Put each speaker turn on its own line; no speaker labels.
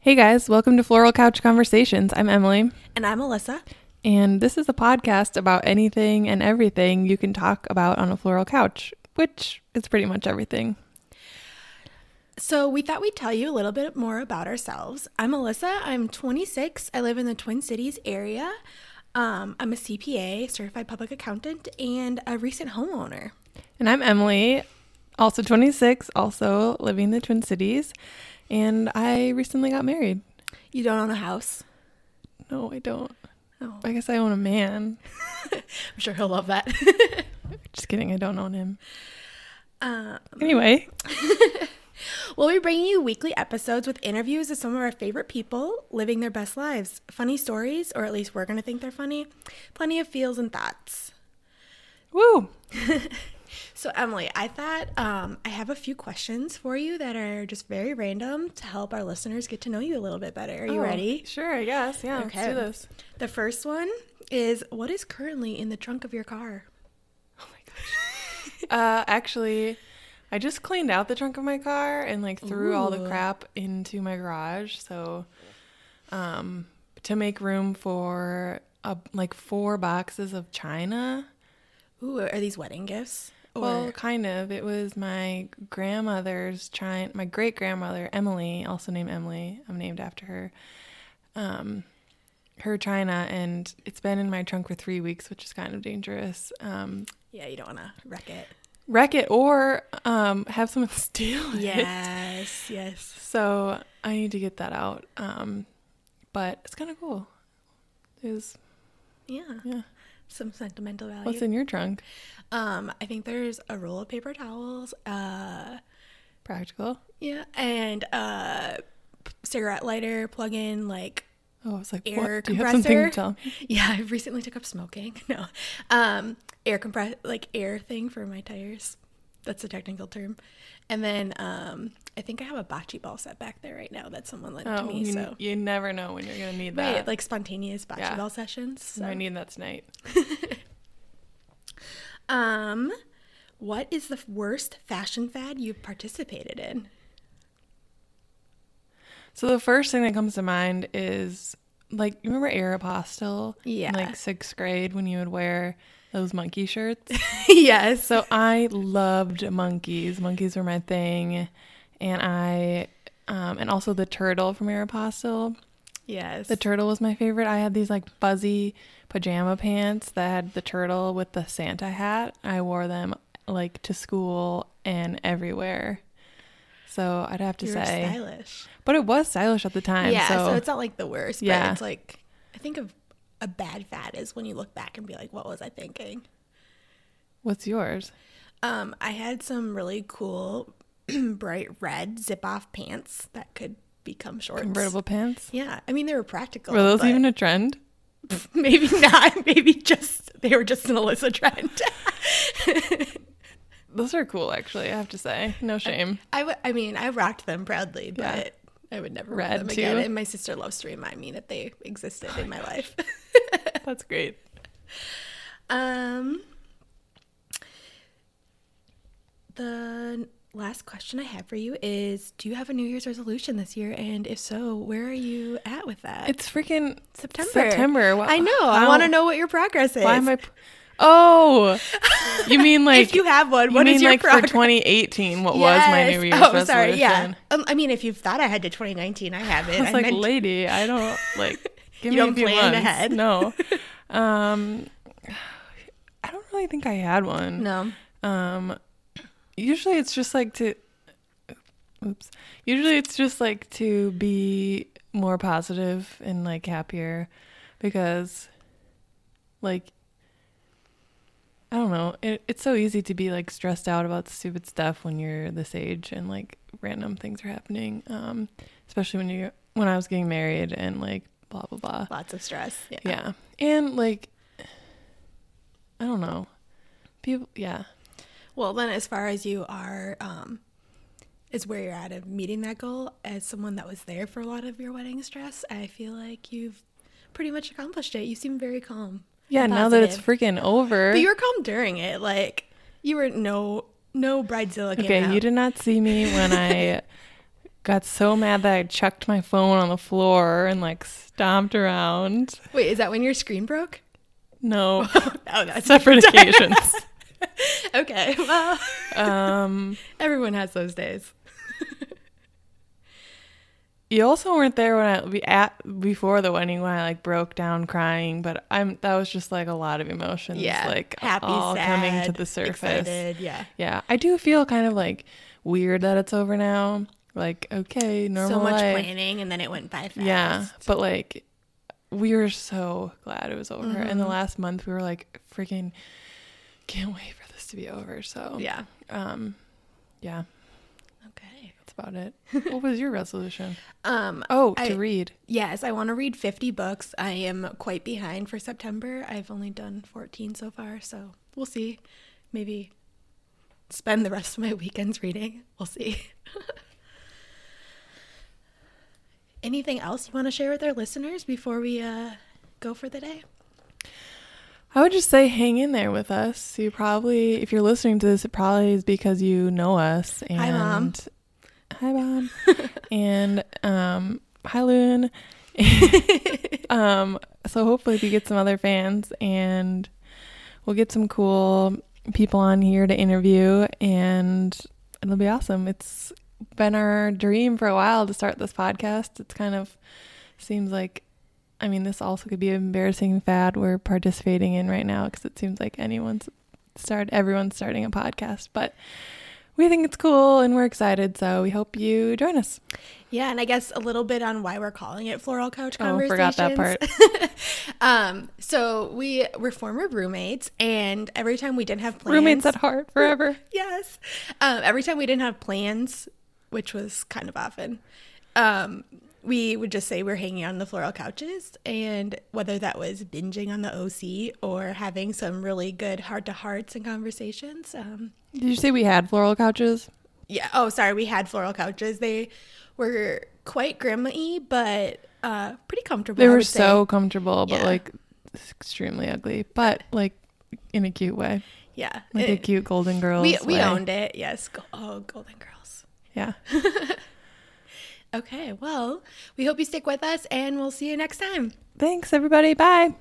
Hey guys, welcome to Floral Couch Conversations. I'm Emily,
And I'm Alyssa.
and this is a podcast about anything and everything you can talk about on a floral couch, which is pretty much everything.
So, we thought we'd tell you a little bit more about ourselves. I'm Alyssa. I'm 26. I live in the Twin Cities area. Um, I'm a CPA, certified public accountant, and a recent homeowner.
And I'm Emily, also 26, also living in the Twin Cities, and I recently got married.
You don't own a house.
No, I don't.
Oh.
I guess I own a man.
I'm sure he'll love that.
Just kidding, I don't own him.
um,
Anyway,
we'll be bringing you weekly episodes with interviews of some of our favorite people living their best lives, funny stories, or at least we're going to think they're funny, plenty of feels and thoughts.
woo!
So, Emily, I thought um, I have a few questions for you that are just very random to help our listeners get to know you a little bit better. Are you
Oh,
ready?
Sure, I guess. Yeah, let's
Okay.
do this.
The first one is what is currently in the trunk of your car?
Oh my gosh. Uh, actually, I just cleaned out the trunk of my car and like threw all the
Ooh.
crap into my garage. So, um, to make room for uh, like four boxes of china.
Ooh, are these wedding gifts? Or
Well, kind of. It was my grandmother's china, my great grandmother Emily, also named Emily. I'm named after her. Um, her china, and it's been in my trunk for three weeks, which is kind of dangerous. Um,
yeah, you don't want to wreck it.
wreck it or um, have someone steal it.
Yes, yes.
So I need to get that out. Um, but it's kind of cool. Is
Yeah,
yeah.
some sentimental value.
What's in your trunk?
um, I think there's a roll of paper towels, uh,
Practical.
yeah, and uh, p- cigarette lighter, plug in, like
Oh, I was like,
Air
what? Do you have something to
compressor.
tell? me?
Yeah, I recently took up smoking. No, um, air compress like air thing for my tires. That's the technical term. And then um, I think I have a bocce ball set back there right now that someone lent to
Oh,
me.
you,
so
you never know when you're gonna need that.
right, like spontaneous bocce
Yeah.
ball sessions. So.
I need that tonight.
um, what is the worst fashion fad you've participated in?
So the first thing that comes to mind is like you remember Aeropostale?
Yeah.
In like sixth grade when you would wear those monkey shirts.
yes.
So I loved monkeys. Monkeys were my thing, and I, um, and also the turtle from Aeropostale.
Yes.
The turtle was my favorite. I had these like fuzzy pajama pants that had the turtle with the Santa hat. I wore them like to school and everywhere. So I'd have to
You're
say,
stylish.
but it was stylish at the time.
yeah. So,
so,
it's not like the worst. But
Yeah.
It's like I think of a bad fad is when you look back and be like, what was I thinking?
what's yours?
Um, I had some really cool bright red zip off pants that could become shorts.
Convertible pants?
Yeah, I mean they were practical.
Were those
but
even a trend?
maybe not? Maybe just they were just an Alyssa trend.
Those are cool, actually. I have to say, no shame.
I w- I mean I rocked them proudly, but
Yeah.
I would never
Red,
wear them again.
too.
And my sister loves to remind me that they existed in my life.
That's great.
Um, the last question I have for you is Do you have a New Year's resolution this year? And if so, where are you at with that?
It's freaking
September.
September. Wha-
I know. I
how-
want to know what your progress is.
Why am I? p- Oh, you mean like
if you have one,
you
what
mean
is your
like
progress?
for 2018? What was my
Yes.
New Year's
oh,
resolution?
sorry. Yeah. Um, I mean, if you've thought I had to 2019, I haven't.
I was
I
like,
meant-
lady, I don't like. Give me
You
a
don't
few
plan
months.
ahead.
No, um, I don't really think I had one.
no.
Um, usually it's just like to, oops. Usually it's just like to be more positive and like happier, because, like, I don't know. It, it's so easy to be like stressed out about stupid stuff when you're this age and like random things are happening. Um, especially when you when I was getting married and like blah blah blah.
Lots of stress. Yeah.
Yeah, and like, I don't know. People, yeah.
Well, then, as far as you are, um, is where you're at of meeting that goal. As someone that was there for a lot of your wedding stress, I feel like you've pretty much accomplished it. You seem very calm.
Yeah,
and
now that it's
positive.
freaking over.
but you were calm during it. Like you were no no bridezilla. Came
okay,
out.
you did not see me when I got so mad that I chucked my phone on the floor and like stomped around.
Wait, is that when your screen broke?
No,
Oh, that's
separate occasions.
okay. Well,
Um,
everyone has those days.
you also weren't there when I be at before the wedding when I like broke down crying, but I'm that was just like a lot of emotions, like all coming to
sad,
the surface.
excited, yeah.
Yeah, I do feel kind of like weird that it's over now. Like, okay, normal
so much
life.
planning, and then it went by fast.
Yeah, but like we were so glad it was over. And
Mm-hmm.
the last month we were like freaking can't wait for this to be over. So
Yeah.
um, yeah, Oh.
Okay.
that's about it. what was your resolution?
Um.
Oh,
I-
to read.
Yes, I want to read 50 books. I am quite behind for September. I've only done 14 so far, so we'll see. Maybe spend the rest of my weekends reading. We'll see. Anything else you want to share with our listeners before we uh, go for the day?
I would just say hang in there with us. You probably, if you're listening to this, it probably is because you know us. And
Hi, Mom.
Hi, mom. and um, hi, Loon. um, so hopefully we get some other fans, and we'll get some cool people on here to interview, and it'll be awesome. It's been our dream for a while to start this podcast. It's kind of seems like I mean, this also could be an embarrassing fad we're participating in right now because it seems like anyone's start everyone's starting a podcast, but we think it's cool and we're excited, so we hope you join us.
Yeah, and I guess a little bit on why we're calling it Floral Couch
Oh, forgot
Conversations.
that part.
Um, so we were former roommates, and every time we didn't have plans,
Roommates at heart forever.
yes. Um, every time we didn't have plans, which was kind of often, um, we would just say we're hanging on the floral couches. And whether that was binging on the OC or having some really good heart to hearts and conversations. Um,
Did you say we had floral couches?
yeah. Oh, sorry. We had floral couches. They were quite grandma y, but uh, pretty comfortable.
They
I
were
would say.
so comfortable, but
Yeah.
like extremely ugly, but like in a cute way,
Yeah.
like a
It-
cute Golden Girls.
we, we
way.
owned it. Yes. Go- Oh, Golden Girls.
Yeah.
Okay. Well, we hope you stick with us and we'll see you next time.
Thanks, everybody. Bye.